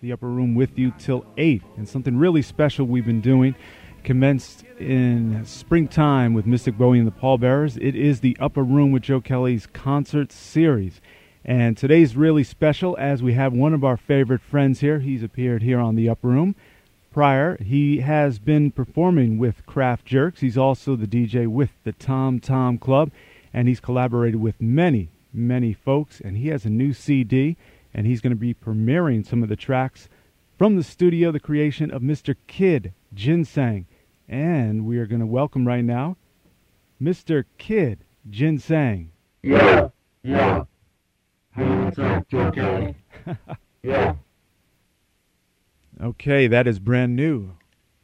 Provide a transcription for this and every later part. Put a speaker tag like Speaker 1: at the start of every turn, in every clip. Speaker 1: the upper room with you till 8. And something really special we've been doing commenced in springtime with Mystic Bowie and the Pallbearers. It is the upper room with Joe Kelly's concert series. And today's really special as we have one of our favorite friends here. He's appeared here on the upper room prior. He has been performing with Kraft Jerks. He's also the DJ with the Tom Tom Club, and he's collaborated with many, many folks. And he has a new CD, and he's going to be premiering some of the tracks from the studio, the creation of Mr. Kid Ginseng. And we are going to welcome right now Mr. Kid Ginseng.
Speaker 2: Yeah, yeah.
Speaker 1: How you
Speaker 2: What's up, Joe Kelly? yeah,
Speaker 1: Okay, that is brand new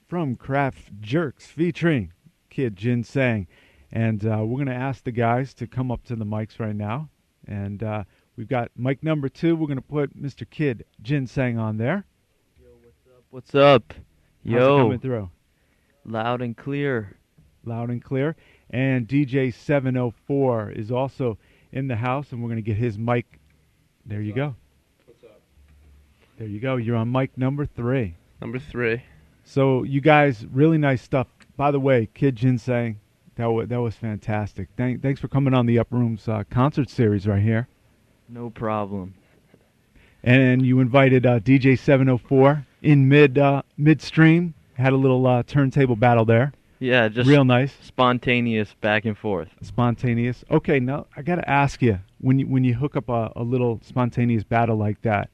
Speaker 1: from Kraft Jerks featuring Kid Ginseng. And uh, we're going to ask the guys to come up to the mics right now. And uh, we've got mic number two. We're going to put Mr. Kid Ginseng on there.
Speaker 3: What's up?
Speaker 1: How's it
Speaker 3: Yo,
Speaker 1: coming through?
Speaker 3: loud and clear.
Speaker 1: Loud and clear. And DJ 704 is also in the house, and we're going to get his mic. There you go. What's up? There you go. You're on mic number three.
Speaker 4: Number three.
Speaker 1: So you guys, really nice stuff. By the way, Kid Ginseng, that was that was fantastic. Thank, thanks for coming on the Up Rooms uh, concert series right here.
Speaker 3: No problem.
Speaker 1: And you invited uh, DJ 704 in mid uh, midstream. Had a little uh, turntable battle there.
Speaker 3: Yeah, just
Speaker 1: Real nice,
Speaker 3: spontaneous back and forth.
Speaker 1: spontaneous. Okay, now I gotta ask you when you when you hook up a, a little spontaneous battle like that,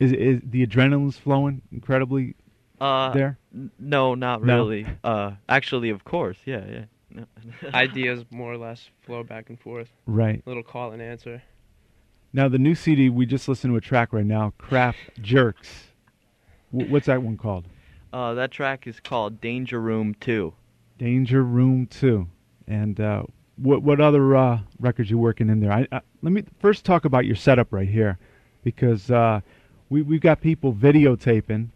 Speaker 1: is is the adrenaline's flowing incredibly
Speaker 3: Uh,
Speaker 1: there?
Speaker 3: n- no, not
Speaker 1: No.
Speaker 3: really. Uh, actually, of course. Yeah, yeah. No.
Speaker 4: Ideas more or less flow back and forth.
Speaker 1: Right.
Speaker 4: Little call and answer.
Speaker 1: Now the new CD we just listened to a track right now, Craft Jerks. W- what's that one called?
Speaker 3: Uh, that track is called Danger Room Two.
Speaker 1: Danger Room Two. And uh, what what other uh, records you working in there? I, I, let me first talk about your setup right here, because uh, we we've got people videotaping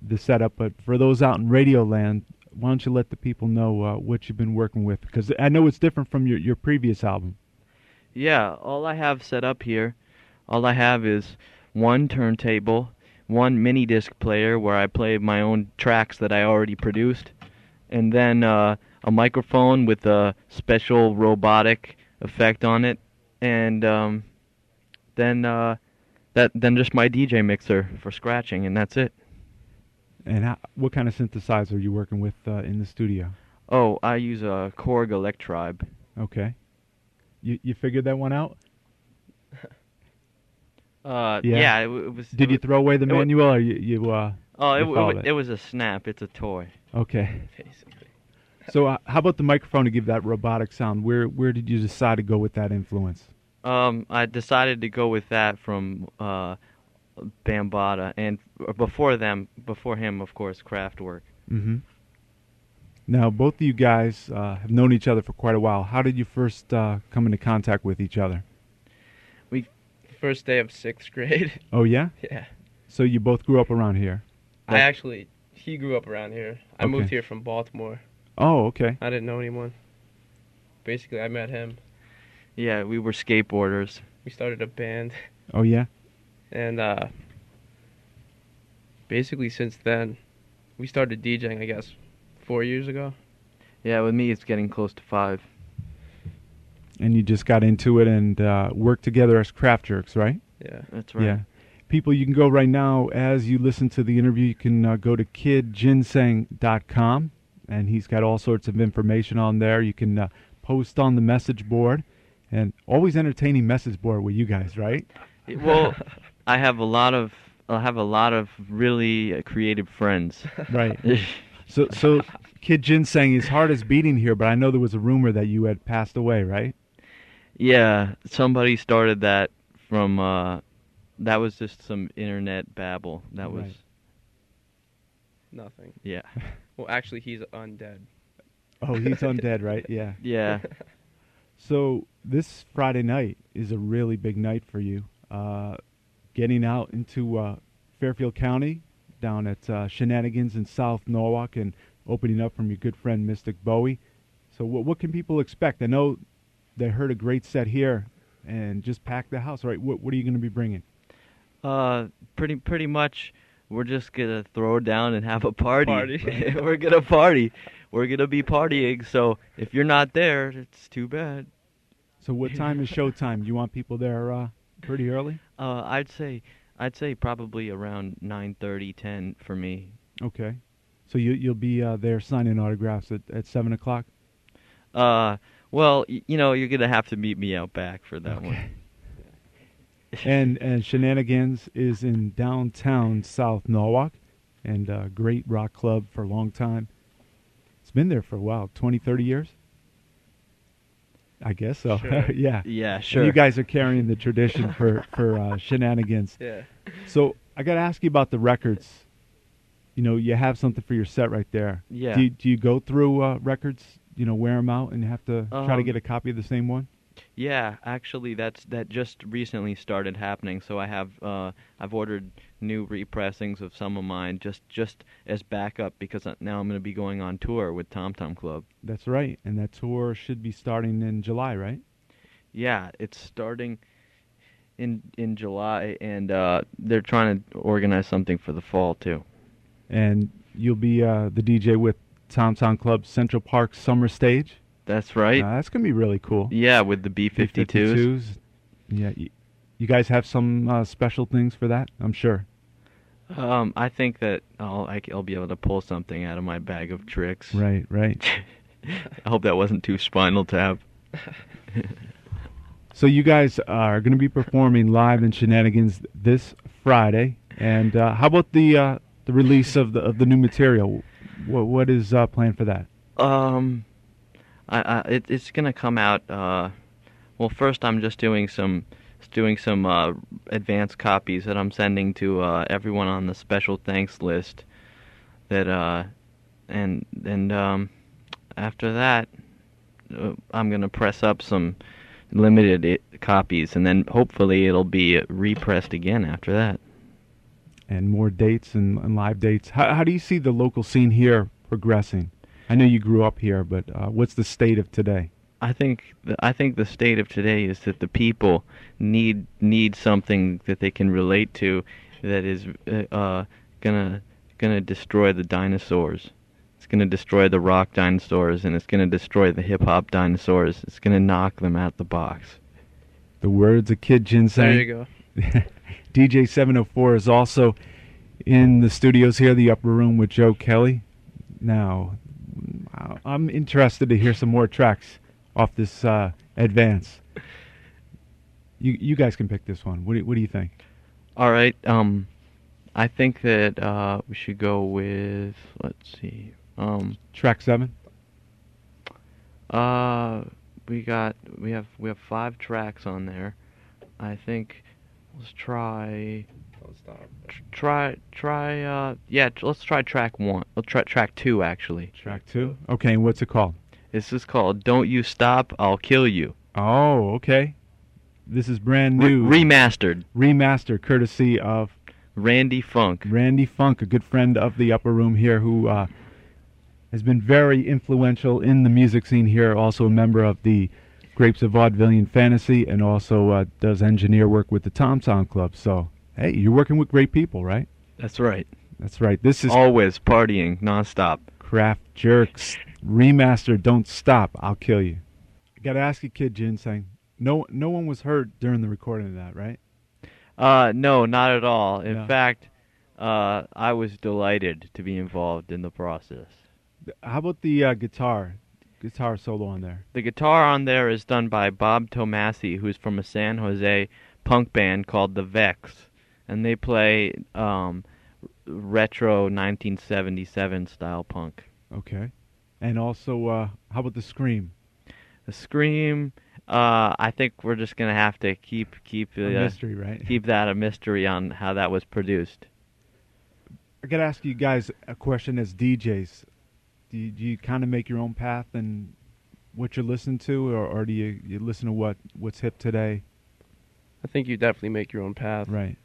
Speaker 1: the setup. But for those out in Radio Land, why don't you let the people know uh, what you've been working with? Because I know it's different from your your previous album.
Speaker 3: Yeah, all I have set up here, all I have is one turntable, one mini disc player where I play my own tracks that I already produced, and then uh, a microphone with a special robotic effect on it, and um, then uh, that then just my DJ mixer for scratching, and that's it.
Speaker 1: And how, what kind of synthesizer are you working with uh, in the studio?
Speaker 3: Oh, I use a Korg Electribe.
Speaker 1: Okay. You you figured that one out?
Speaker 3: Uh,
Speaker 1: Yeah.
Speaker 3: yeah. it, w- it was.
Speaker 1: Did
Speaker 3: it
Speaker 1: you
Speaker 3: wa-
Speaker 1: throw away the
Speaker 3: it wa-
Speaker 1: manual or you, you uh
Speaker 3: Oh, it,
Speaker 1: you
Speaker 3: w- it,
Speaker 1: followed
Speaker 3: w-
Speaker 1: it?
Speaker 3: it was a snap. It's a toy.
Speaker 1: okay.
Speaker 4: Basically.
Speaker 1: So uh, how about the microphone to give that robotic sound? Where where did you decide to go with that influence?
Speaker 3: Um, I decided to go with that from uh, Bambata, and uh, before them, before him, of course, Kraftwerk.
Speaker 1: Mhm. Now both of you guys uh, have known each other for quite a while. How did you first uh, come into contact with each other?
Speaker 4: First day of sixth grade.
Speaker 1: Oh yeah?
Speaker 4: yeah.
Speaker 1: So you both grew up around here.
Speaker 4: I
Speaker 3: Like-
Speaker 4: actually, he grew up around here. I
Speaker 1: Okay.
Speaker 4: moved here from Baltimore.
Speaker 1: Oh, okay.
Speaker 4: I didn't know anyone. Basically, I met him.
Speaker 3: Yeah, we were skateboarders.
Speaker 4: We started a band,
Speaker 1: Oh yeah.
Speaker 4: and uh, basically since then, we started DJing. I guess four years ago.
Speaker 3: Yeah, with me, it's getting close to five.
Speaker 1: And you just got into it and uh, worked together as craft jerks, right?
Speaker 4: Yeah.
Speaker 3: That's right.
Speaker 1: Yeah. People, you can go right now as you listen to the interview. You can uh, go to kidginseng.com, and he's got all sorts of information on there. You can uh, post on the message board, and always entertaining message board with you guys, right?
Speaker 3: Yeah. Well, I have a lot of, I have a lot of really uh, creative friends.
Speaker 1: Right. So, so Kid Ginseng, his heart is beating here, but I know there was a rumor that you had passed away, right?
Speaker 3: yeah, somebody started that from. Uh, that was just some internet babble. That was.
Speaker 1: Right.
Speaker 4: Nothing.
Speaker 3: Yeah.
Speaker 4: Well, actually, he's undead.
Speaker 1: Oh, he's undead, right? Yeah.
Speaker 3: Yeah.
Speaker 1: So this Friday night is a really big night for you. Uh, getting out into uh, Fairfield County, down at uh, Shenanigans in South Norwalk, and opening up from your good friend Mystic Bowie. So what what can people expect? I know they heard a great set here and just packed the house. Right? What what are you going to be bringing?
Speaker 3: Uh, pretty pretty much, we're just gonna throw down and have a party.
Speaker 4: Party.
Speaker 3: we're gonna party. We're gonna be partying. So if you're not there, it's too bad.
Speaker 1: So what time is showtime? You want people there uh, pretty early?
Speaker 3: Uh, I'd say I'd say probably around 9:30, 10 for me.
Speaker 1: Okay. So you you'll be uh, there signing autographs at, at seven o'clock.
Speaker 3: Uh, well, y- you know, you're gonna have to meet me out back for that one.
Speaker 1: and and Shenanigans is in downtown South Norwalk, and uh, great rock club for a long time. It's been there for a while, 20, 30 years. I guess so.
Speaker 4: Sure.
Speaker 1: yeah.
Speaker 3: Yeah,
Speaker 1: And
Speaker 3: sure.
Speaker 1: you guys are carrying the tradition for for uh, Shenanigans.
Speaker 4: Yeah.
Speaker 1: So I got to ask you about the records. You know, you have something for your set right there.
Speaker 3: Yeah.
Speaker 1: Do you, do you go through uh, records? You know, wear them out and have to try to
Speaker 3: Um,
Speaker 1: get a copy of the same one.
Speaker 3: Yeah, actually, that's that just recently started happening. So I have uh, I've ordered new repressings of some of mine just just as backup because uh, now I'm going to be going on tour with Tom Tom Club.
Speaker 1: That's right. And that tour should be starting in July, right?
Speaker 3: Yeah, it's starting in in July, and uh, they're trying to organize something for the fall too.
Speaker 1: And you'll be uh, the DJ with Tom Tom Club Central Park Summer Stage.
Speaker 3: That's right.
Speaker 1: Uh, that's gonna be really cool.
Speaker 3: yeah, with the B52s.
Speaker 1: B-52s. Yeah. You, you guys have some uh, special things for that, I'm sure.
Speaker 3: Um, I think that I'll I c- I'll be able to pull something out of my bag of tricks.
Speaker 1: Right. Right.
Speaker 3: I hope that wasn't too Spinal Tap.
Speaker 1: So you guys are going to be performing live in Shenanigans this Friday, and uh, how about the uh, the release of the of the new material? What what is uh, planned for that?
Speaker 3: Um, I, I it, it's gonna come out. Uh, well, first I'm just doing some doing some uh, advanced copies that I'm sending to uh, everyone on the special thanks list. That uh, and and um, after that, uh, I'm gonna press up some limited i copies, and then hopefully it'll be repressed again after that.
Speaker 1: And more dates and, and live dates. How how do you see the local scene here progressing? I know you grew up here, but uh, what's the state of today?
Speaker 3: I think the, I think the state of today is that the people need need something that they can relate to that is uh, uh, gonna gonna destroy the dinosaurs. It's gonna destroy the rock dinosaurs and it's gonna destroy the hip hop dinosaurs. It's gonna knock them out the box.
Speaker 1: The words of Kid Jin
Speaker 4: There
Speaker 1: saying.
Speaker 4: you go.
Speaker 1: DJ 704 is also in the studios here, the upper room with Joe Kelly. Now, I- I'm interested to hear some more tracks off this uh, advance. You you guys can pick this one. What do, what do you think?
Speaker 3: All right. Um, I think that uh, we should go with let's see. Um,
Speaker 1: Track seven.
Speaker 3: Uh, we got we have we have five tracks on there. I think let's try
Speaker 4: Don't stop.
Speaker 3: tr- try try uh yeah tr- let's try track one. Let's try track two actually.
Speaker 1: Track two. Okay, and what's it called?
Speaker 3: This is called "Don't You Stop, I'll Kill You."
Speaker 1: Oh, okay. This is brand
Speaker 3: Re-
Speaker 1: new
Speaker 3: remastered.
Speaker 1: remaster, courtesy of
Speaker 3: Randy Funk.
Speaker 1: Randy Funk, a good friend of the Upper Room here, who uh, has been very influential in the music scene here. Also a member of the Grapes of Vaudevillian Fantasy, and also uh, does engineer work with the Tom Sound Club. So hey, you're working with great people, right?
Speaker 3: That's right.
Speaker 1: That's right. This is
Speaker 3: Always partying nonstop.
Speaker 1: Craft Jerks remastered. Don't stop. I'll kill you. Got to ask you, Kid Ginseng. No, no one was hurt during the recording of that, right?
Speaker 3: Uh, no, not at all. In
Speaker 1: No.
Speaker 3: fact, uh, I was delighted to be involved in the process.
Speaker 1: How about the uh, guitar, guitar solo on there?
Speaker 3: The guitar on there is done by Bob Tomasi, who's from a San Jose punk band called The Vex, and they play um, retro 1977 style punk.
Speaker 1: Okay. And also, uh, how about the scream?
Speaker 3: The Scream, uh, I think we're just gonna have to keep keep
Speaker 1: A
Speaker 3: uh,
Speaker 1: mystery, right?
Speaker 3: keep that a mystery on how that was produced.
Speaker 1: I gotta ask you guys a question as DJs. Do you, do you kind of make your own path and what you listen to, or, or do you, you listen to what what's hip today?
Speaker 4: I think you definitely make your own path.
Speaker 1: Right.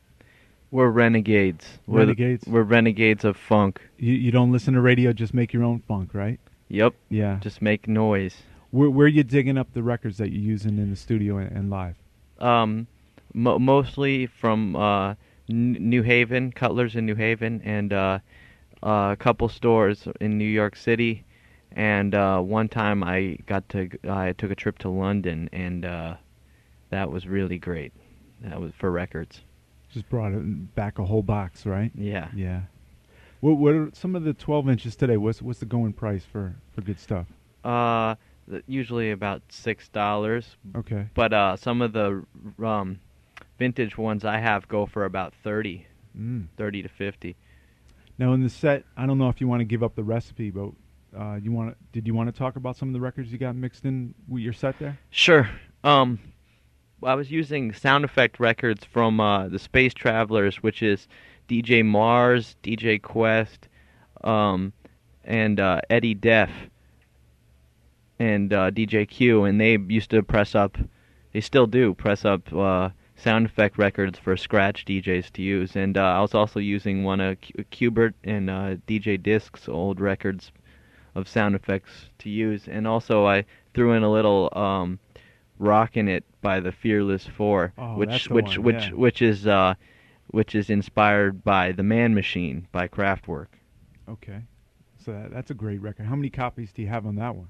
Speaker 3: We're renegades. We're the-
Speaker 1: Renegades?
Speaker 3: we're renegades of funk.
Speaker 1: You you don't listen to radio, just make your own funk, right?
Speaker 3: Yep.
Speaker 1: Yeah.
Speaker 3: Just make noise.
Speaker 1: Where where you digging up the records that you're using in the studio and, and live?
Speaker 3: um, mo- mostly from uh, N- New Haven, Cutler's in New Haven, and uh, uh, a couple stores in New York City. And uh, one time I got to I took a trip to London, and uh, that was really great. That was for records.
Speaker 1: Just brought it back a whole box, right?
Speaker 3: Yeah.
Speaker 1: Yeah. What, what are some of the 12 inches today? What's what's the going price for, for good stuff?
Speaker 3: Uh, th- usually about six dollars,
Speaker 1: Okay.
Speaker 3: but uh, some of the um, vintage ones I have go for about 30,
Speaker 1: Mm.
Speaker 3: 30 to fifty.
Speaker 1: Now in the set, I don't know if you want to give up the recipe, but uh, you want did you want to talk about some of the records you got mixed in with your set there?
Speaker 3: Sure. Um, I was using sound effect records from uh, the Space Travelers, which is DJ Mars, DJ Quest, um, and uh, Eddie Def, and uh, DJ Q, and they used to press up. They still do press up uh, sound effect records for scratch DJs to use, and uh, I was also using one of Q- Qbert and uh, DJ Disc's old records of sound effects to use, and also I threw in a little um, "Rockin' It" by the Fearless Four,
Speaker 1: Oh, that's
Speaker 3: which
Speaker 1: the
Speaker 3: which
Speaker 1: one,
Speaker 3: which
Speaker 1: yeah.
Speaker 3: which is uh, which is inspired by "The Man Machine" by Kraftwerk.
Speaker 1: Okay. So that, that's a great record. How many copies do you have on that one?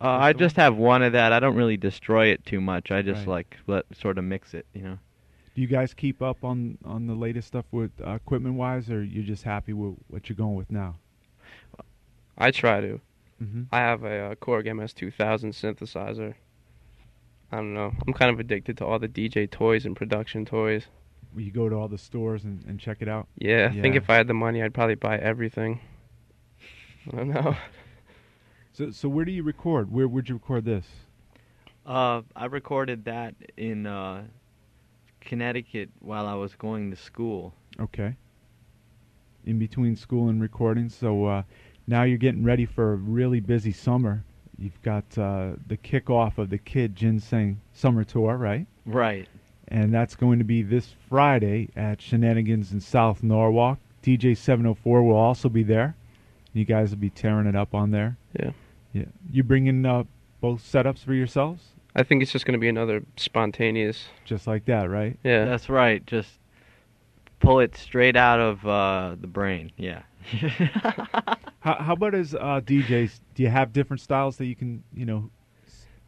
Speaker 3: Uh, I
Speaker 1: the
Speaker 3: just have one of that. I don't really destroy it too much. I just
Speaker 1: Right.
Speaker 3: like let sort of mix it, you know.
Speaker 1: Do you guys keep up on on the latest stuff with uh, equipment wise, or you're just happy with what you're going with now?
Speaker 4: I try to.
Speaker 1: Mm-hmm.
Speaker 4: I have a uh, Korg MS2000 synthesizer. I don't know. I'm kind of addicted to all the DJ toys and production toys.
Speaker 1: You go to all the stores and, and check it out.
Speaker 4: Yeah, I think
Speaker 1: Yeah.
Speaker 4: if I had the money, I'd probably buy everything. I don't know.
Speaker 1: So so where do you record? Where would you record this?
Speaker 3: Uh, I recorded that in uh, Connecticut while I was going to school.
Speaker 1: Okay. In between school and recording, so uh, now you're getting ready for a really busy summer. You've got uh, the kickoff of the Kid Ginseng Summer Tour, right?
Speaker 3: Right.
Speaker 1: and that's going to be this Friday at Shenanigans in South Norwalk. DJ 704 will also be there. You guys will be tearing it up on there.
Speaker 4: Yeah.
Speaker 1: Yeah. You bringing uh, both setups for yourselves,
Speaker 4: I think it's just going to be another spontaneous.
Speaker 1: just like that, right?
Speaker 4: Yeah.
Speaker 3: That's right. Just pull it straight out of uh, the brain. Yeah.
Speaker 1: How, how about as uh, DJs? Do you have different styles that you can, you know,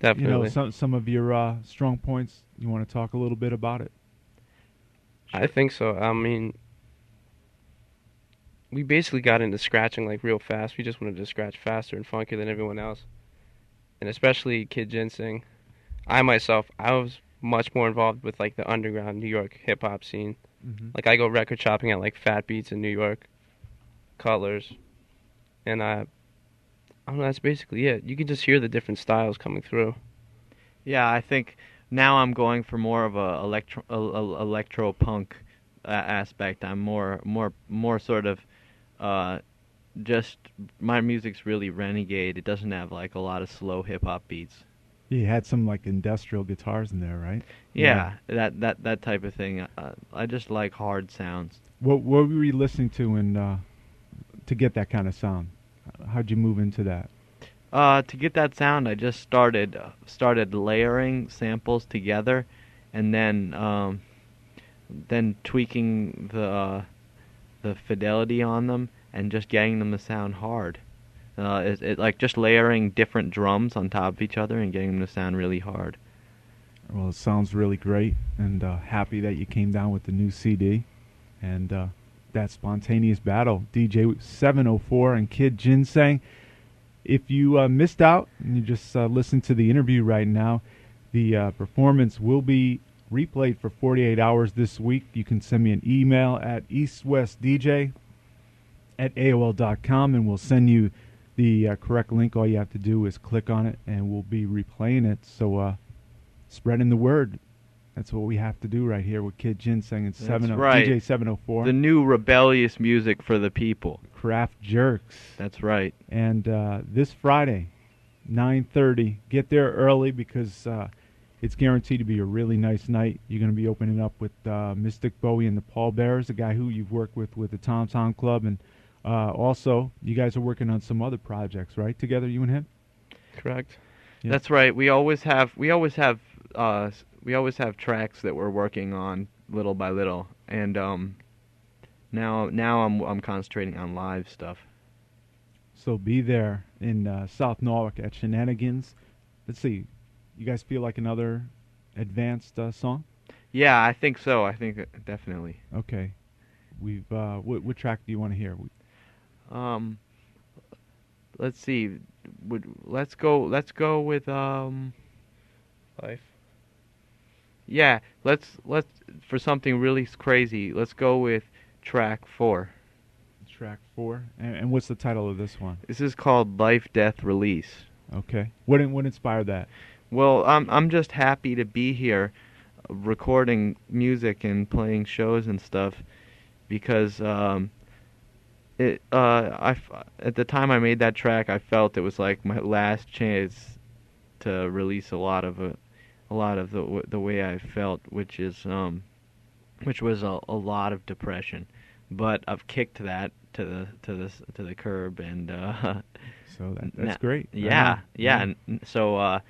Speaker 4: Definitely.
Speaker 1: you know, some some of your uh, strong points? You want to talk a little bit about it?
Speaker 4: I think so. I mean, we basically got into scratching like real fast. We just wanted to scratch faster and funkier than everyone else, and especially Kid Ginseng. I myself, I was much more involved with like the underground New York hip hop scene.
Speaker 1: Mm-hmm.
Speaker 4: Like I go record shopping at like Fat Beats in New York, Colors, and I, I don't know. That's basically it. You can just hear the different styles coming through.
Speaker 3: yeah, I think now I'm going for more of a electro a, a, electro punk uh, aspect. I'm more more more sort of uh, just my music's really renegade. It doesn't have like a lot of slow hip hop beats.
Speaker 1: You had some like industrial guitars in there, right?
Speaker 3: Yeah, that that that type of thing. Uh, I just like hard sounds.
Speaker 1: What what were you listening to and uh, to get that kind of sound? How'd you move into that?
Speaker 3: Uh, to get that sound, I just started uh, started layering samples together, and then um, then tweaking the uh, the fidelity on them and just getting them to sound hard. Uh, it, it like just layering different drums on top of each other and getting them to sound really hard.
Speaker 1: Well, it sounds really great, and uh, happy that you came down with the new CD, and uh, that spontaneous battle, DJ 704 and Kid Ginseng. If you uh, missed out and you just uh, listened to the interview right now, the uh, performance will be replayed for 48 hours this week. You can send me an email at eastwestdj at AOL.com, and we'll send you the uh, correct link. All you have to do is click on it, and we'll be replaying it. So. Uh, spreading the word. That's what we have to do right here with Kid Ginseng and
Speaker 3: That's
Speaker 1: seven
Speaker 3: right.
Speaker 1: DJ seven oh four
Speaker 3: The new rebellious music for the people.
Speaker 1: Craft Jerks.
Speaker 3: That's right.
Speaker 1: And uh, this Friday, nine thirty. Get there early because uh, it's guaranteed to be a really nice night. You're going to be opening up with uh, Mystic Bowie and the Paul Bearers, a guy who you've worked with with the Tom Tom Club, and uh, also you guys are working on some other projects, right? Together, you and him.
Speaker 4: Correct.
Speaker 1: Yeah.
Speaker 3: That's right. We always have we always have uh s- we always have tracks that we're working on little by little. and um, now now I'm I'm concentrating on live stuff.
Speaker 1: So be there in uh, South Norwalk at Shenanigans. Let's see. You guys feel like another advanced uh, song?
Speaker 3: Yeah, I think so. I think that- definitely.
Speaker 1: Okay. We've uh, what, what track do you want to hear? We,
Speaker 3: Um, let's see. Would let's go let's go with um
Speaker 4: Life.
Speaker 3: yeah let's let's for something really s- crazy let's go with track four.
Speaker 1: track four. And, and what's the title of this one?
Speaker 3: This is called Life Death Release.
Speaker 1: Okay. What in- what inspired that?
Speaker 3: Well, I'm I'm just happy to be here, uh, recording music and playing shows and stuff, because um, it uh I f- at the time I made that track I felt it was like my last chance to release a lot of a, a lot of the w- the way I felt, which is um, which was a, a lot of depression, but I've kicked that to the to the s- to the curb and uh,
Speaker 1: So that,
Speaker 3: Nah.
Speaker 1: that's great. Uh-huh. Right
Speaker 3: Yeah,
Speaker 1: on.
Speaker 3: yeah. And and so uh,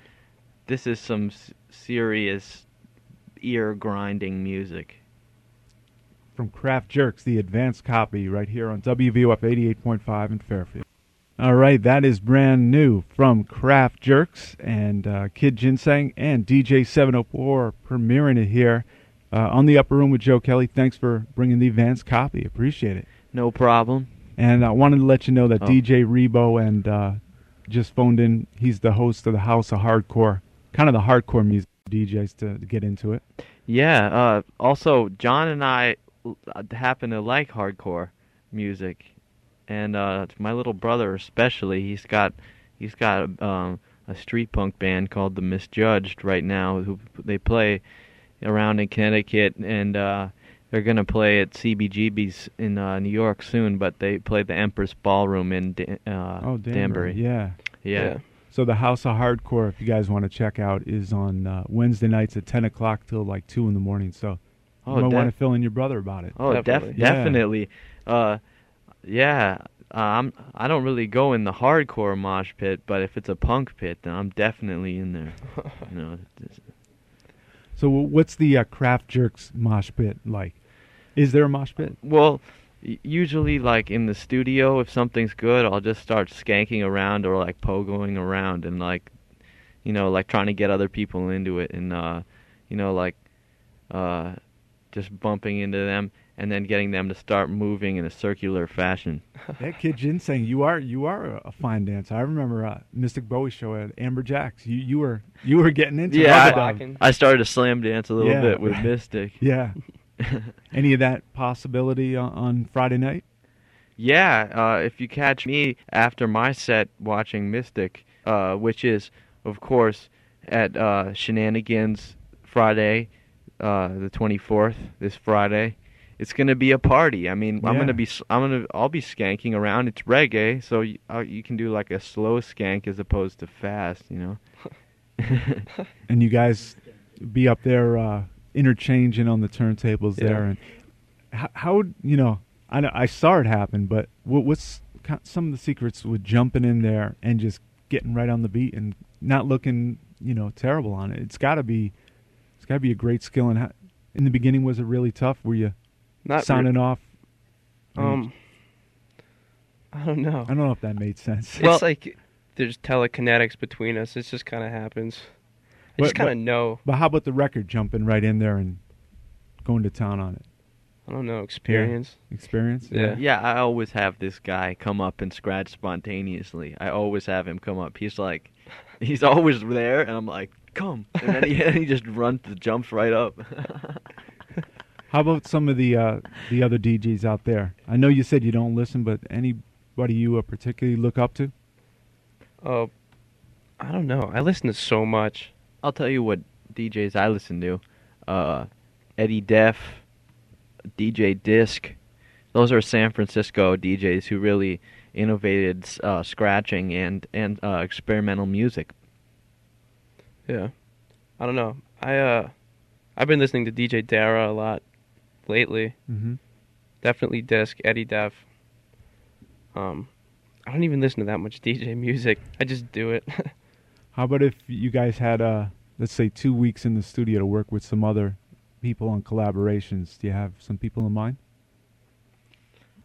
Speaker 3: this is some s- serious ear grinding music.
Speaker 1: From Craft Jerks, the advanced copy right here on WVOF 88.5 in Fairfield. All right, that is brand new from Craft Jerks and uh, Kid Ginseng and DJ 704 premiering it here uh, on the Upper Room with Joe Kelly. Thanks for bringing the advanced copy. Appreciate it.
Speaker 3: No problem.
Speaker 1: And I wanted to let you know that
Speaker 3: Oh.
Speaker 1: DJ Rebo and uh, just phoned in. He's the host of the House of Hardcore, kind of the hardcore music DJs to, to get into it.
Speaker 3: Yeah. Uh, also, John and I l- happen to like hardcore music, and uh, my little brother especially. He's got he's got um, a street punk band called the Misjudged right now. Who they play around in Connecticut, and uh, they're gonna play at CBGB's in uh, New York soon. But they play the Empress Ballroom in Dan- uh,
Speaker 1: Oh,
Speaker 3: Danbury.
Speaker 1: Yeah.
Speaker 3: yeah.
Speaker 1: So the House of Hardcore, if you guys want to check out, is on uh, Wednesday nights at 10 o'clock till like 2 in the morning. So
Speaker 3: Oh,
Speaker 1: you might
Speaker 3: def-
Speaker 1: want to fill in your brother about it.
Speaker 3: Oh,
Speaker 4: Definitely.
Speaker 3: def-
Speaker 1: Yeah.
Speaker 3: definitely. Uh, yeah. Uh, I'm. I don't really go in the hardcore mosh pit, but if it's a punk pit, then I'm definitely in there. You know. it's-
Speaker 1: So wh- what's the uh, Craft Jerks mosh pit like? Is there a mosh pit?
Speaker 3: Well, y- usually, like in the studio, if something's good, I'll just start skanking around or like pogoing around and like, you know, like trying to get other people into it and uh, you know, like, uh, just bumping into them and then getting them to start moving in a circular fashion.
Speaker 1: that kid Ginseng, you are you are a fine dancer. I remember uh, Mystic Bowie show at Amber Jacks. You you were you were getting into rubber
Speaker 3: Yeah,
Speaker 1: dub.
Speaker 4: Blocking.
Speaker 3: I started to slam dance a little
Speaker 1: Yeah,
Speaker 3: bit with
Speaker 1: right.
Speaker 3: Mystic.
Speaker 1: Yeah. Any of that possibility on, on Friday night?
Speaker 3: yeah, uh, if you catch me after my set watching Mystic, uh, which is, of course, at uh, Shenanigans Friday, uh, the 24th, this Friday. It's gonna be a party. I mean, I'm
Speaker 1: Yeah.
Speaker 3: gonna be, s- I'm gonna, I'll be skanking around. It's reggae, so you, uh, you can do like a slow skank as opposed to fast. You know.
Speaker 1: And you guys be up there uh, interchanging on the turntables
Speaker 4: Yeah.
Speaker 1: there. And how, how would- you know? I know, I saw it happen, but what, what's ki- some of the secrets with jumping in there and just getting right on the beat and not looking you know terrible on it? It's got to be it's got to be a great skill. And how, in the beginning, was it really tough? Were you
Speaker 4: Not
Speaker 1: sounding
Speaker 4: re-
Speaker 1: off?
Speaker 4: um. I don't know.
Speaker 1: I don't know if that made sense.
Speaker 3: Well-
Speaker 4: it's like there's telekinetics between us. It just kind of happens. I
Speaker 1: But-
Speaker 4: just kind
Speaker 1: but-
Speaker 4: of know.
Speaker 1: But how about the record jumping right in there and going to town on it?
Speaker 4: I don't know experience.
Speaker 1: Experience?
Speaker 4: Yeah.
Speaker 3: Yeah, I always have this guy come up and scratch spontaneously. I always have him come up. He's like, he's always there, and I'm like, come, and then he, he just runs, jumps right up.
Speaker 1: How about some of the uh, the other DJs out there? I know you said you don't listen, but anybody you uh, particularly look up to?
Speaker 4: Oh, I don't know. I listen to so much.
Speaker 3: I'll tell you what DJs I listen to: uh, Eddie Def, DJ Disc. Those are San Francisco DJs who really innovated uh, scratching and and uh, experimental music.
Speaker 4: Yeah. I don't know. I uh, I've been listening to DJ Dara a lot lately.
Speaker 1: Mm-hmm.
Speaker 4: Definitely Disc, Eddie Def. Um, I don't even listen to that much DJ music. I just do it.
Speaker 1: How about if you guys had, uh, let's say, two weeks in the studio to work with some other people on collaborations? Do you have some people in mind?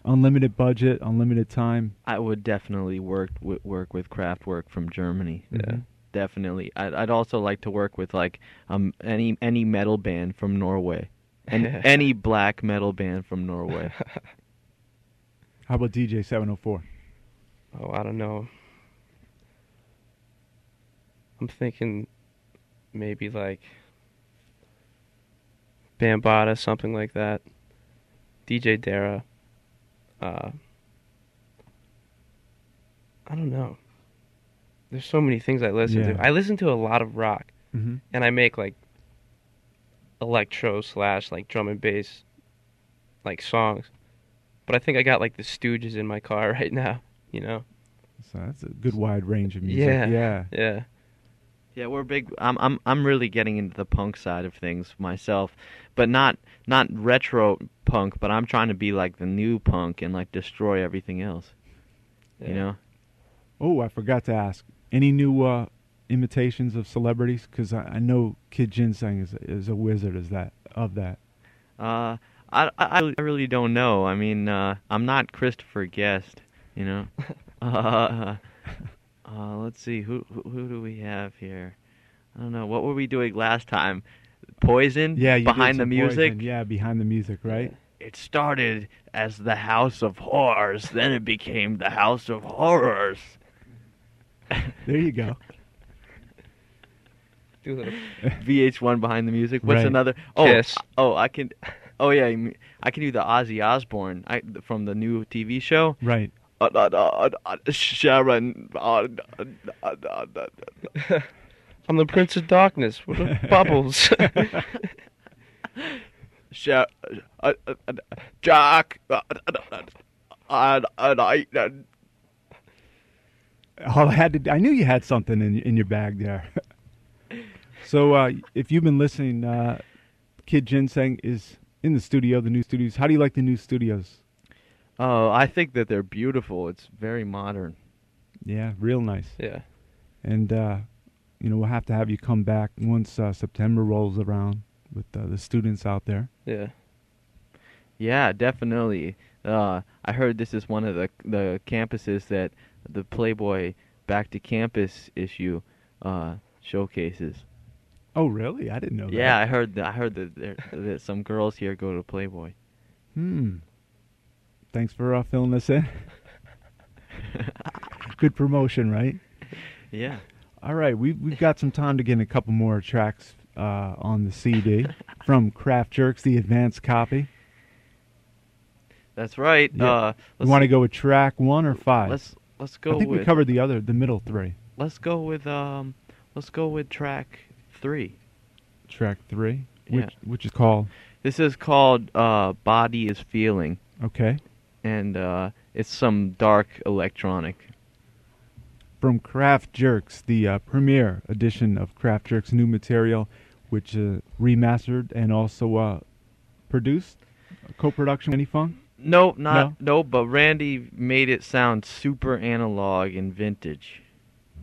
Speaker 1: Unlimited budget, unlimited time.
Speaker 3: I would definitely work with, work with Kraftwerk from Germany.
Speaker 1: Mhm.
Speaker 3: Definitely. I'd, I'd also like to work with like um any any metal band from Norway, and any black metal band from Norway.
Speaker 1: How about DJ 704?
Speaker 4: Oh, I don't know. I'm thinking maybe like Bambata, something like that. DJ Dara. Uh, I don't know. There's so many things I listen
Speaker 1: Yeah.
Speaker 4: to. I listen to a lot of rock,
Speaker 1: Mm-hmm.
Speaker 4: and I make like electro slash like drum and bass like songs. But I think I got like the Stooges in my car right now. You know?
Speaker 1: So that's a good wide range of music.
Speaker 4: Yeah.
Speaker 1: yeah.
Speaker 4: Yeah.
Speaker 3: Yeah, we're big. I'm I'm I'm really getting into the punk side of things myself, but not not retro punk. But I'm trying to be like the new punk and like destroy everything else.
Speaker 4: Yeah.
Speaker 3: You know,
Speaker 1: Oh, I forgot to ask. Any new uh, imitations of celebrities? Because I, I know Kid Ginseng is is a wizard. Is that of that?
Speaker 3: uh, I, I I really don't know. I mean, uh, I'm not Christopher Guest. You know, uh, uh, let's see who who who do we have here? I don't know. What were we doing last time? Poison.
Speaker 1: Yeah, you did
Speaker 3: behind the
Speaker 1: some
Speaker 3: music.
Speaker 1: Poison. Yeah, behind the music, right?
Speaker 3: It started as the House of Horrors, then it became the House of Horrors.
Speaker 1: There you go.
Speaker 4: Do a little
Speaker 3: VH1 behind the music. What's
Speaker 1: Right.
Speaker 3: another? Oh,
Speaker 4: Kiss.
Speaker 3: oh, I can. Oh yeah, I mean, I can do the Ozzy Osbourne I, from the new TV show.
Speaker 1: Right.
Speaker 3: Uh, uh, uh, uh, uh, Sharon. uh, uh, uh, uh, uh,
Speaker 4: I'm the Prince of Darkness. What are bubbles?
Speaker 3: Sha- uh, uh, uh, Jack. uh, uh, uh, uh, uh, uh, uh, uh,
Speaker 1: All I had to. I knew you had something in in your bag there. so, uh, if you've been listening, uh, Kid Ginseng is in the studio. The new studios. How do you like the new studios?
Speaker 3: Oh, I think that they're beautiful. It's very modern.
Speaker 1: Yeah, real nice.
Speaker 4: yeah.
Speaker 1: and uh, you know we'll have to have you come back once uh, September rolls around with uh, the students out there.
Speaker 4: Yeah.
Speaker 3: Yeah, definitely. Uh, I heard this is one of the the campuses that the Playboy Back to Campus issue uh, showcases.
Speaker 1: Oh, really? I didn't know
Speaker 3: Yeah, I heard that. I heard that, there, that some girls here go to Playboy.
Speaker 1: Hmm. Thanks for uh, filling us in. Good promotion, right?
Speaker 3: Yeah.
Speaker 1: All right, we've we've got some time to get in a couple more tracks uh, on the CD from Craft Jerks, the advanced copy.
Speaker 3: That's right.
Speaker 1: Yeah.
Speaker 3: Uh,
Speaker 1: You
Speaker 3: let's,
Speaker 1: want to go with track one or 5
Speaker 3: let's let's go
Speaker 1: I think
Speaker 3: with
Speaker 1: we covered the other, the middle three.
Speaker 3: let's go with um let's go with track three.
Speaker 1: Track three,
Speaker 3: Yeah.
Speaker 1: which which is called
Speaker 3: This is called uh, "Body Is Feeling,"
Speaker 1: okay
Speaker 3: and uh, it's some dark electronic.
Speaker 1: from Craft Jerks, the uh, premiere edition of Craft Jerks' new material, which uh, remastered and also uh, produced, co-production. Any fun?
Speaker 3: No, not no. But Randy made it sound super analog and vintage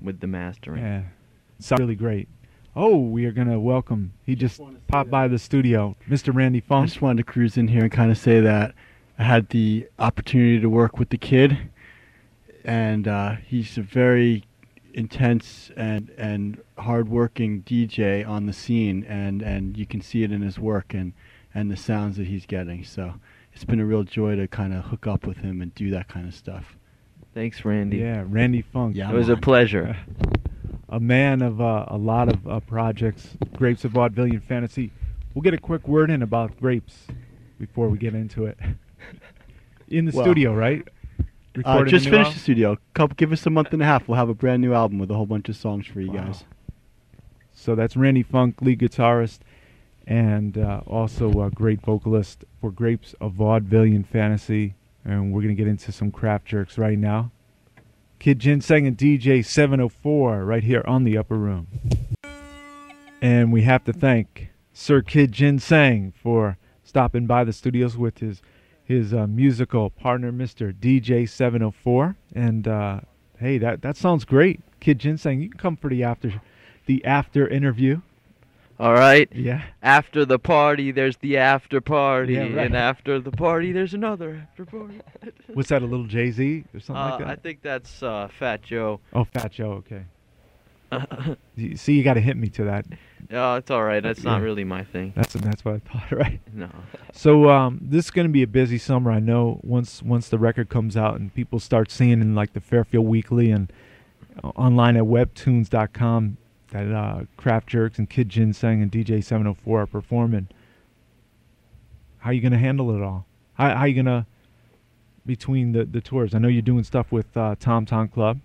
Speaker 3: with the mastering.
Speaker 1: Yeah, sounds really great. Oh, we are gonna welcome. He just popped by the studio, Mr. Randy
Speaker 5: I
Speaker 1: Funk.
Speaker 5: just wanted to cruise in here and kind of say that I had the opportunity to work with the kid, and uh, he's a very intense and and hardworking DJ on the scene, and and you can see it in his work and and the sounds that he's getting. So it's been a real joy to kind of hook up with him and do that kind of stuff.
Speaker 3: Thanks, Randy.
Speaker 1: Yeah, Randy Funk.
Speaker 5: Yeah.
Speaker 3: It was a
Speaker 5: Come on.
Speaker 3: pleasure.
Speaker 1: a man of uh, a lot of uh, projects. Grapes of Vaudevillian Fantasy. We'll get a quick word in about grapes before we get into it. In the
Speaker 5: Well,
Speaker 1: studio, right?
Speaker 5: Uh,
Speaker 1: Recording a
Speaker 5: just
Speaker 1: new
Speaker 5: finished
Speaker 1: album?
Speaker 5: the studio. Couple, give us a month and a half. We'll have a brand new album with a whole bunch of songs for you
Speaker 1: Wow.
Speaker 5: guys.
Speaker 1: So that's Randy Funk, lead guitarist, and uh, also a great vocalist for Grapes of Vaudevillian Fantasy. And we're going to get into some craft jerks right now. Kid Ginseng and DJ 704 right here on the Upper Room. And we have to thank Sir Kid Ginseng for stopping by the studios with his his uh, musical partner, Mr. DJ 704. And uh, hey, that, that sounds great. Kid Ginseng, you can come for the after the after interview.
Speaker 3: All right.
Speaker 6: Yeah.
Speaker 3: After the party, there's the after party,
Speaker 6: Yeah, right.
Speaker 3: and after the party, there's another after party.
Speaker 6: What's that? A little Jay Z or something
Speaker 3: Uh,
Speaker 6: like that?
Speaker 3: I think that's uh, Fat Joe.
Speaker 6: oh, Fat Joe. Okay. You- See, you got to hit me to that.
Speaker 3: Oh, it's all right. That's not
Speaker 6: Yeah.
Speaker 3: really my thing.
Speaker 6: That's that's what I thought, right?
Speaker 3: No.
Speaker 1: So um, this is going to be a busy summer. I know once once the record comes out and people start seeing in like the Fairfield Weekly and uh, online at webtoons.com that uh, Kraft Jerks and Kid Ginseng and DJ 704 are performing. How you going to handle it all? How how you going to between the the tours? I know you're doing stuff with uh, Tom Tom Club.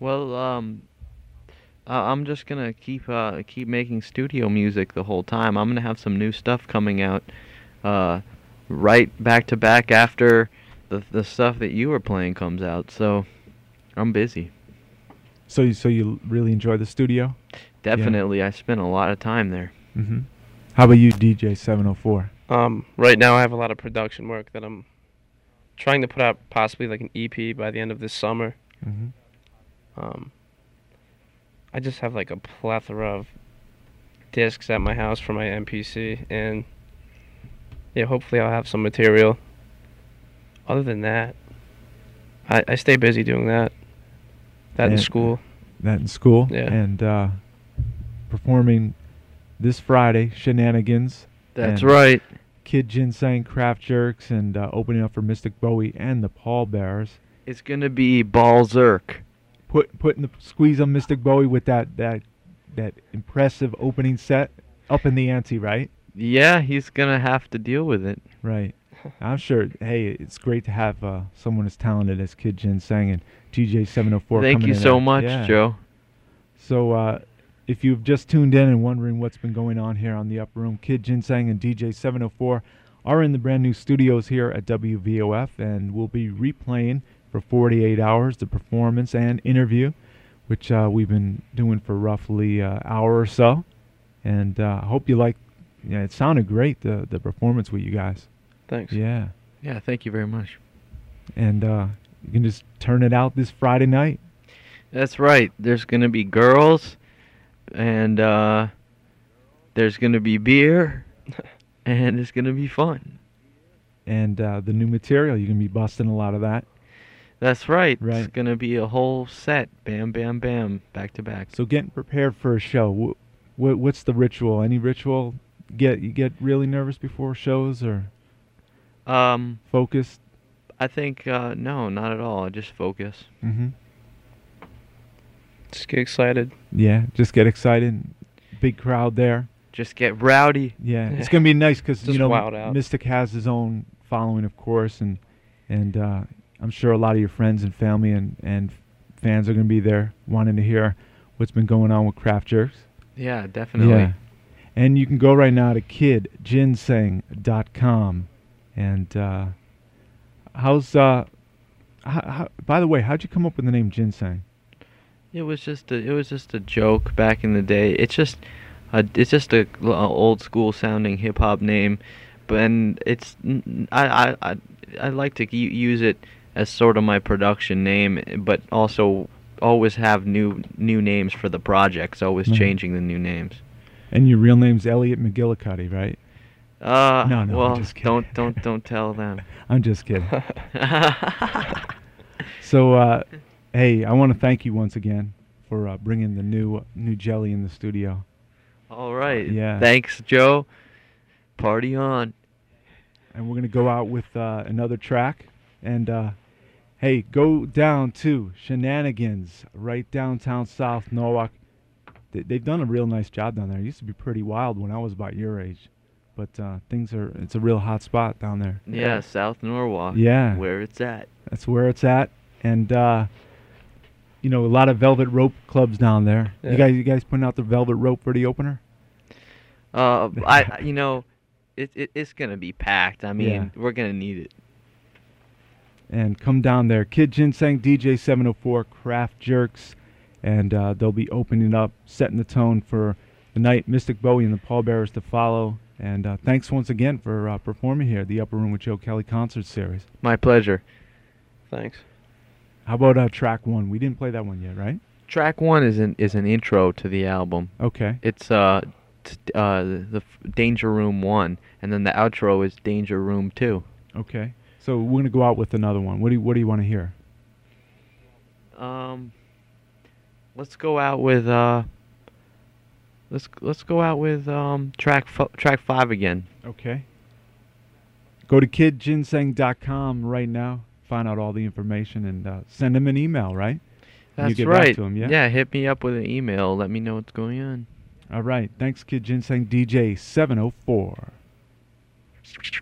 Speaker 3: Well, um, I- I'm just gonna keep uh, keep making studio music the whole time. I'm gonna have some new stuff coming out, uh, right back to back after the the stuff that you were playing comes out. So, I'm busy.
Speaker 1: So you, so you really enjoy the studio?
Speaker 3: Definitely, I spent a lot of time there.
Speaker 1: Mm-hmm. How about you, DJ 704?
Speaker 4: Um, right now I have a lot of production work that I'm trying to put out possibly like an EP by the end of this summer.
Speaker 1: Mm-hmm.
Speaker 4: Um, I just have like a plethora of discs at my house for my MPC, and yeah, hopefully I'll have some material. Other than that, I, I stay busy doing that. That in
Speaker 1: And-
Speaker 4: school.
Speaker 1: that in school
Speaker 4: Yeah.
Speaker 1: and uh, performing this Friday, Shenanigans,
Speaker 3: That's
Speaker 1: And-
Speaker 3: right.
Speaker 1: Kid Ginseng, Craft Jerks, and uh, opening up for Mystic Bowie and the Paul Bearers.
Speaker 3: It's gonna be Balzerk.
Speaker 1: Put putting the squeeze on Mystic Bowie with that that that impressive opening set, up in the ante, right?
Speaker 3: Yeah, he's gonna have to deal with it.
Speaker 1: Right. I'm sure. Hey, it's great to have uh, someone as talented as Kid Ginseng and TJ 704.
Speaker 3: Thank
Speaker 1: coming
Speaker 3: you
Speaker 1: in
Speaker 3: so
Speaker 1: at-
Speaker 3: much,
Speaker 1: yeah.
Speaker 3: Joe.
Speaker 1: So, uh, if you've just tuned in and wondering what's been going on here on the Upper Room, Kid Ginseng and DJ 704 are in the brand new studios here at WVOF, and we'll be replaying for 48 hours the performance and interview, which uh, we've been doing for roughly an hour or so. And uh, I hope you like. Yeah, it sounded great the the performance with you guys.
Speaker 4: Thanks.
Speaker 1: Yeah,
Speaker 3: Yeah, thank you very much.
Speaker 1: and uh, you can just turn it out this Friday night.
Speaker 3: That's right. There's gonna be girls, and uh, there's gonna be beer, and it's gonna be fun.
Speaker 1: And uh, the new material, you're gonna be busting a lot of that.
Speaker 3: That's right. It's
Speaker 1: Right.
Speaker 3: gonna be a whole set. Bam, bam, bam, back to back.
Speaker 1: So getting prepared for a show, wh- wh- what's the ritual? Any ritual? Get you get really nervous before shows or
Speaker 3: Um,
Speaker 1: focused?
Speaker 3: I think uh, no, not at all. Just focus.
Speaker 1: Mm-hmm.
Speaker 4: Just get excited.
Speaker 1: Yeah, just get excited. Big crowd there.
Speaker 3: Just get rowdy.
Speaker 1: Yeah, it's gonna be nice because you
Speaker 4: Just
Speaker 1: know
Speaker 4: wild out.
Speaker 1: Mystic has his own following, of course, and and uh, I'm sure a lot of your friends and family and and fans are gonna be there wanting to hear what's been going on with Craft Jerks.
Speaker 3: Yeah, definitely.
Speaker 1: And you can go right now to kidginseng.com. And uh, how's uh, how, how, by the way, how'd you come up with the name ginseng?
Speaker 3: It was just a, it was just a joke back in the day. It's just a, it's just a, l- a old school sounding hip hop name, but and it's n- n- I I I, I like to u- use it as sort of my production name, but also always have new new names for the projects. Always
Speaker 1: Mhm.
Speaker 3: changing the new names.
Speaker 1: And your real name's Elliot McGillicuddy, right?
Speaker 3: Uh,
Speaker 1: No, no, I'm
Speaker 3: well,
Speaker 1: just kidding.
Speaker 3: don't don't don't tell them.
Speaker 1: I'm just kidding. so, uh, hey, I want to thank you once again for uh, bringing the new new jelly in the studio.
Speaker 3: All right.
Speaker 1: Yeah.
Speaker 3: Thanks, Joe. Party on.
Speaker 1: and we're gonna go out with uh, another track. And uh, hey, go down to Shenanigans, right downtown South Norwalk. They, they've done a real nice job down there. It used to be pretty wild when I was about your age, but uh, things are. It's a real hot spot down there.
Speaker 3: Yeah, South Norwalk.
Speaker 1: Yeah.
Speaker 3: Where it's at.
Speaker 1: That's where it's at, and uh, you know a lot of velvet rope clubs down there. You
Speaker 4: Yeah.
Speaker 1: guys, you guys putting out the velvet rope for the opener?
Speaker 3: Uh, I I- you know, it, it it's gonna be packed. I mean, we're gonna need it.
Speaker 1: and come down there. Kid Ginseng, DJ 704, Craft oh Jerks, and uh, they'll be opening up, setting the tone for the night. Mystic Bowie and the Pallbearers to follow. And uh, thanks once again for uh, performing here at the Upper Room with Joe Kelly concert series.
Speaker 3: My pleasure.
Speaker 4: Thanks.
Speaker 1: How about uh, track one? We didn't play that one yet, right? Oh.
Speaker 3: Track one is an is an intro to the album.
Speaker 1: Okay.
Speaker 3: It's uh t- uh, the, the f- Danger Room One, and then the outro is Danger Room Two.
Speaker 1: Okay. So we're gonna go out with another one. What do you, What do you want to hear?
Speaker 3: Um, let's go out with uh, let's let's go out with um track f- track five again.
Speaker 1: Okay. Go to kidginseng.com right now. Find out all the information and uh, send him an email. Right. And
Speaker 3: That's
Speaker 1: you get
Speaker 3: right.
Speaker 1: Back to him, yeah?
Speaker 3: hit me up with an email. Let me know what's going on.
Speaker 1: oh All right. Thanks, Kid Ginseng DJ 704.